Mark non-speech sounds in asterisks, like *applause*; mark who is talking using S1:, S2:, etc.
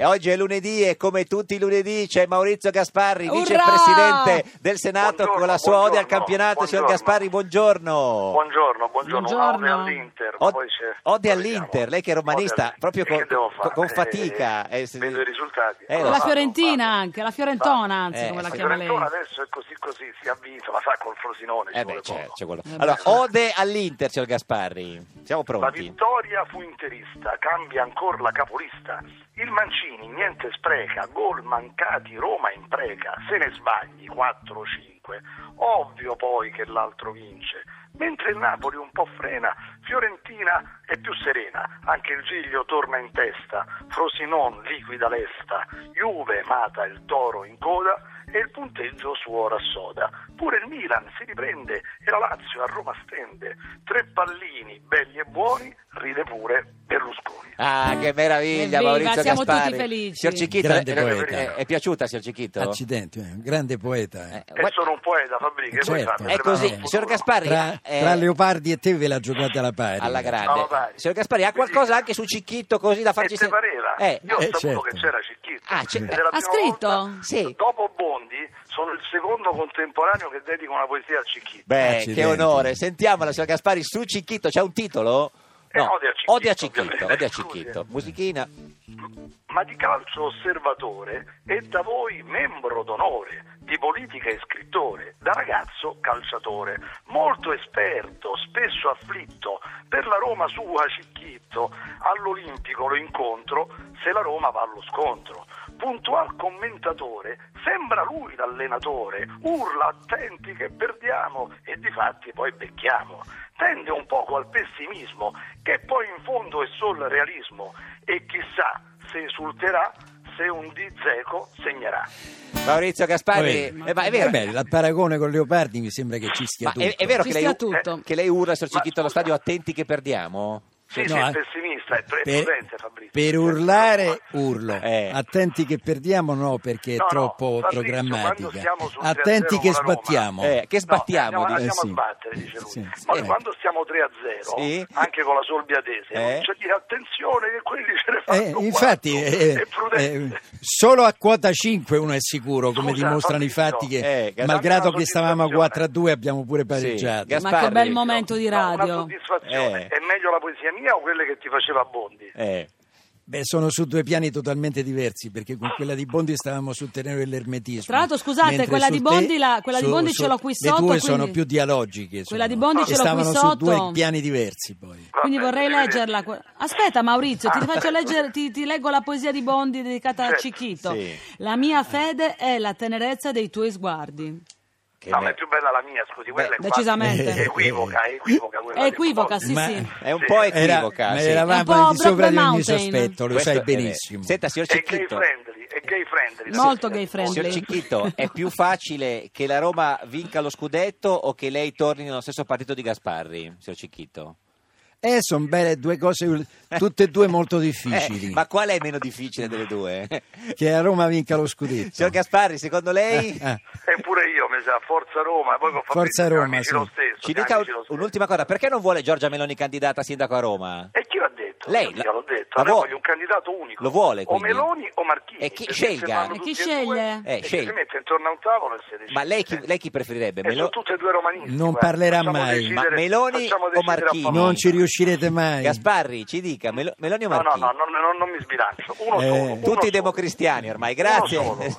S1: E oggi è lunedì e come tutti i lunedì c'è Maurizio Gasparri,
S2: Urrà!
S1: vicepresidente del Senato
S3: Buongiorno,
S1: con la sua ode al
S3: buongiorno,
S1: campionato. Signor
S3: buongiorno.
S1: Gasparri, buongiorno.
S3: Buongiorno, buongiorno,
S2: Buongiorno.
S3: Ode all'Inter.
S1: Od-
S3: poi c'è-
S1: ode
S3: poi
S1: all'Inter,
S3: vediamo.
S1: lei che è romanista,
S3: Ode all-
S1: proprio
S3: e
S1: con-
S3: che devo fare?
S1: con fatica, eh, si-
S3: vedo i risultati.
S1: Eh, lo
S2: la
S1: so.
S2: Fiorentina anche, la Fiorentona anzi
S1: Eh,
S2: come la
S1: sì.
S2: chiama lei.
S3: Esatto. Fiorentina adesso è così così, si è vinto, ma sa col Frosinone. ci
S1: Eh beh,
S3: vuole
S1: c'è,
S3: poco.
S1: c'è quello.
S2: Eh beh.
S1: Allora, ode all'Inter, signor Gasparri. Siamo
S3: La
S1: pronti.
S3: vittoria fu interista, cambia ancora la capolista. Il Mancini niente spreca, gol mancati, Roma in preca. Se ne sbagli 4-5, ovvio poi che l'altro vince. Mentre il Napoli un po' frena, Fiorentina è più serena, anche il Giglio torna in testa, Frosinon liquida l'esta, Juve mata il toro in coda e il punteggio suora soda. Pure il Milan si riprende e la Lazio a Roma stende. Tre pallini belli e buoni, ride pure Berlusconi.
S1: Ah, che meraviglia,
S2: Evviva,
S1: Maurizio
S2: siamo
S1: Gasparri.
S2: tutti felici.
S1: Signor Cicchito,
S4: Grande
S1: eh, eh,
S4: poeta.
S1: eh, è, piaciuta, signor Cicchito?
S4: Accidenti, eh, un grande poeta.
S1: Eh,
S4: eh.
S3: E
S1: guarda-
S3: sono un poeta, Fabri, che
S4: Certo.
S3: voi
S1: È così,
S4: Eh,
S1: signor
S3: Gasparri
S1: Gasparri.
S4: Tra,
S1: eh,
S4: tra Leopardi e te ve la giocate alla pari.
S1: alla
S3: Alla
S1: grande.
S3: pari.
S1: Signor Gasparri, ha qualcosa anche su Cicchito così da farci
S3: e te pareva?
S1: Eh,
S3: Io ho
S4: eh,
S3: saputo
S4: certo.
S3: che c'era Cicchito.
S1: Ah, c'è-
S3: Ed è
S2: Ha
S3: la prima
S2: scritto?
S3: volta-
S1: Sì.
S3: Dopo Bondi sono il secondo contemporaneo che dedica una poesia a Cicchito.
S1: Beh,
S4: Accidenti.
S1: che onore. Sentiamola, signor Gasparri, su Cicchito. C'è un titolo?
S3: Eh, Ode a Cicchito,
S1: Odia Cicchito,
S3: ovviamente.
S1: odia
S3: Scusi, eh.
S1: Cicchito. Musichina.
S3: ma di calcio osservatore e da voi membro d'onore, di politica e scrittore, da ragazzo calciatore, molto esperto, spesso afflitto, per la Roma sua Cicchitto, all'Olimpico lo incontro se la Roma va allo scontro. Puntual commentatore, sembra lui l'allenatore, urla attenti che perdiamo e di fatti poi becchiamo. Tende un poco al pessimismo, che poi in fondo è solo realismo, e chissà se esulterà se un Di Zeco segnerà.
S1: Maurizio Gasparri.
S4: Vabbè.
S1: eh, ma è
S4: Eh
S1: vero.
S4: beh, il paragone con Leopardi mi sembra che ci stia
S1: Ma eh,
S4: tutto.
S1: è, è vero
S2: Ci
S1: che lei,
S2: sta tutto.
S1: che lei urla, signor
S3: Ma
S1: Cicchito, allo
S3: scusa.
S1: stadio, attenti che perdiamo?
S3: Sì,
S4: No,
S3: sì, è
S4: eh.
S3: pessimista, è pre-
S4: Per,
S3: prudente Fabrizio.
S4: per urlare urlo,
S1: Eh.
S4: attenti che perdiamo no perché è
S3: No, no, Fabrizio,
S4: troppo
S3: quando
S4: programmatica,
S3: siamo sul 3-0
S4: attenti
S3: con
S4: che
S3: la Roma,
S4: sbattiamo.
S1: Eh, che sbattiamo?
S3: No,
S1: dice.
S3: andiamo, andiamo
S4: Eh, sì.
S3: a sbattere, dice lui.
S4: Sì, sì,
S3: Poi
S4: eh.
S3: quando siamo 3-0,
S1: Sì.
S3: anche con la Solbiatese,
S1: Eh.
S3: c'è dire attenzione che quelli ce ne
S4: Eh,
S3: fanno
S4: infatti,
S3: quattro.
S4: eh,
S3: è prudente.
S4: eh, solo a quota 5 uno è sicuro, come
S3: Scusa,
S4: dimostrano i
S3: Fabrizio,
S4: fatti che,
S1: eh, che
S4: malgrado
S3: dammi una
S4: che stavamo a
S3: soddisfazione.
S4: 4 a 2, abbiamo pure pareggiato.
S1: Gasparri.
S2: Ma che bel momento di
S3: No,
S2: radio.
S3: una soddisfazione.
S1: Eh.
S3: È meglio la poesia mia o quelle che ti faceva Bondi?
S1: Eh.
S4: Beh, sono su due piani totalmente diversi, perché con quella di Bondi stavamo sul terreno dell'ermetismo.
S2: Ah. Tra l'altro, scusate,
S4: Mentre
S2: quella
S4: su
S2: di Bondi
S4: te-
S2: la- quella di Bondi ce l'ho qui sotto,
S4: Le due
S2: quindi-
S4: sono più dialogiche.
S2: Quella
S4: sono-
S2: di Bondi
S4: e
S2: ce l'ho qui
S4: stavano su
S2: sotto.
S4: due piani diversi poi.
S3: Va
S2: Quindi
S3: bene,
S2: vorrei
S3: arrivederci.
S2: leggerla. Aspetta Maurizio, ti
S3: Ah.
S1: *laughs*
S2: faccio
S3: *laughs*
S2: leggere, ti, ti leggo la poesia di Bondi dedicata a
S3: Certo.
S2: Cicchito.
S1: Sì.
S2: La mia fede è la tenerezza dei tuoi sguardi.
S1: Che
S3: No,
S1: me- Eh,
S3: ma è più bella la mia, scusi, quella è quasi-
S2: decisamente.
S3: è equivoca, è equivoca quella
S2: È
S3: di
S2: equivoca, sì,
S4: Ma-
S2: sì.
S1: È un
S3: Sì.
S1: po'
S4: Era-
S1: equivoca.
S4: ma
S1: sì.
S2: Un po'
S4: eravamo al di sopra di
S2: Brokeback
S4: ogni
S2: Mountain.
S4: sospetto, lo
S1: Questo
S4: sai
S1: è vero.
S4: benissimo.
S1: Senta, signor
S3: È gay
S1: Cicchito.
S3: friendly, è gay friendly. la
S2: Molto
S3: mia.
S2: gay friendly.
S1: Signor Cicchito, è più facile che la Roma vinca lo scudetto o che lei torni nello stesso partito di Gasparri, signor Cicchito?
S4: Eh, sono belle due cose, tutte e due molto difficili.
S1: Eh, ma qual è meno difficile delle due?
S4: Che a Roma vinca lo scudetto.
S1: Signor Gasparri, secondo lei?
S4: Ah, ah.
S3: Eppure io, mi sa, Forza Roma, poi con Fabrizio
S4: Forza
S3: siamo
S4: Roma,
S3: amici
S4: sì.
S3: lo stesso.
S1: Ci
S3: siamo
S1: dica un-
S3: amici lo stesso.
S1: un'ultima cosa, perché non vuole Giorgia Meloni candidata a sindaco a Roma?
S3: E chi l'ha detto?
S1: Lei
S3: Io
S1: la-
S3: mica l'ho detto.
S1: la
S3: Allora
S1: vuole.
S3: voglio un candidato unico.
S1: Lo vuole,
S3: O
S1: quindi.
S3: Meloni o Marchini.
S1: E chi
S3: perché
S1: scelga?
S3: se vanno
S2: E chi
S3: tutti e due,
S2: sceglie?
S1: Eh,
S3: e chi
S1: sceglie.
S3: Si mette intorno a un tavolo e si decide.
S1: Ma lei chi, lei chi preferirebbe?
S3: Eh, sono
S1: Melo-
S3: tutte e due romanisti.
S4: Non
S3: guarda.
S4: parlerà
S3: Facciamo
S4: mai.
S3: decidere-
S1: Ma Meloni
S3: facciamo
S1: o
S3: decidere a
S1: Marchini?
S3: Paolo.
S4: non ci riuscirete mai.
S1: Gasparri, ci dica, Melo- Meloni o
S3: No, no,
S1: Marchini?
S3: no, no, no, non mi sbilancio. Uno
S4: Eh.
S3: solo. uno
S1: Tutti
S3: solo.
S1: democristiani ormai,
S3: Uno
S1: grazie.
S3: solo.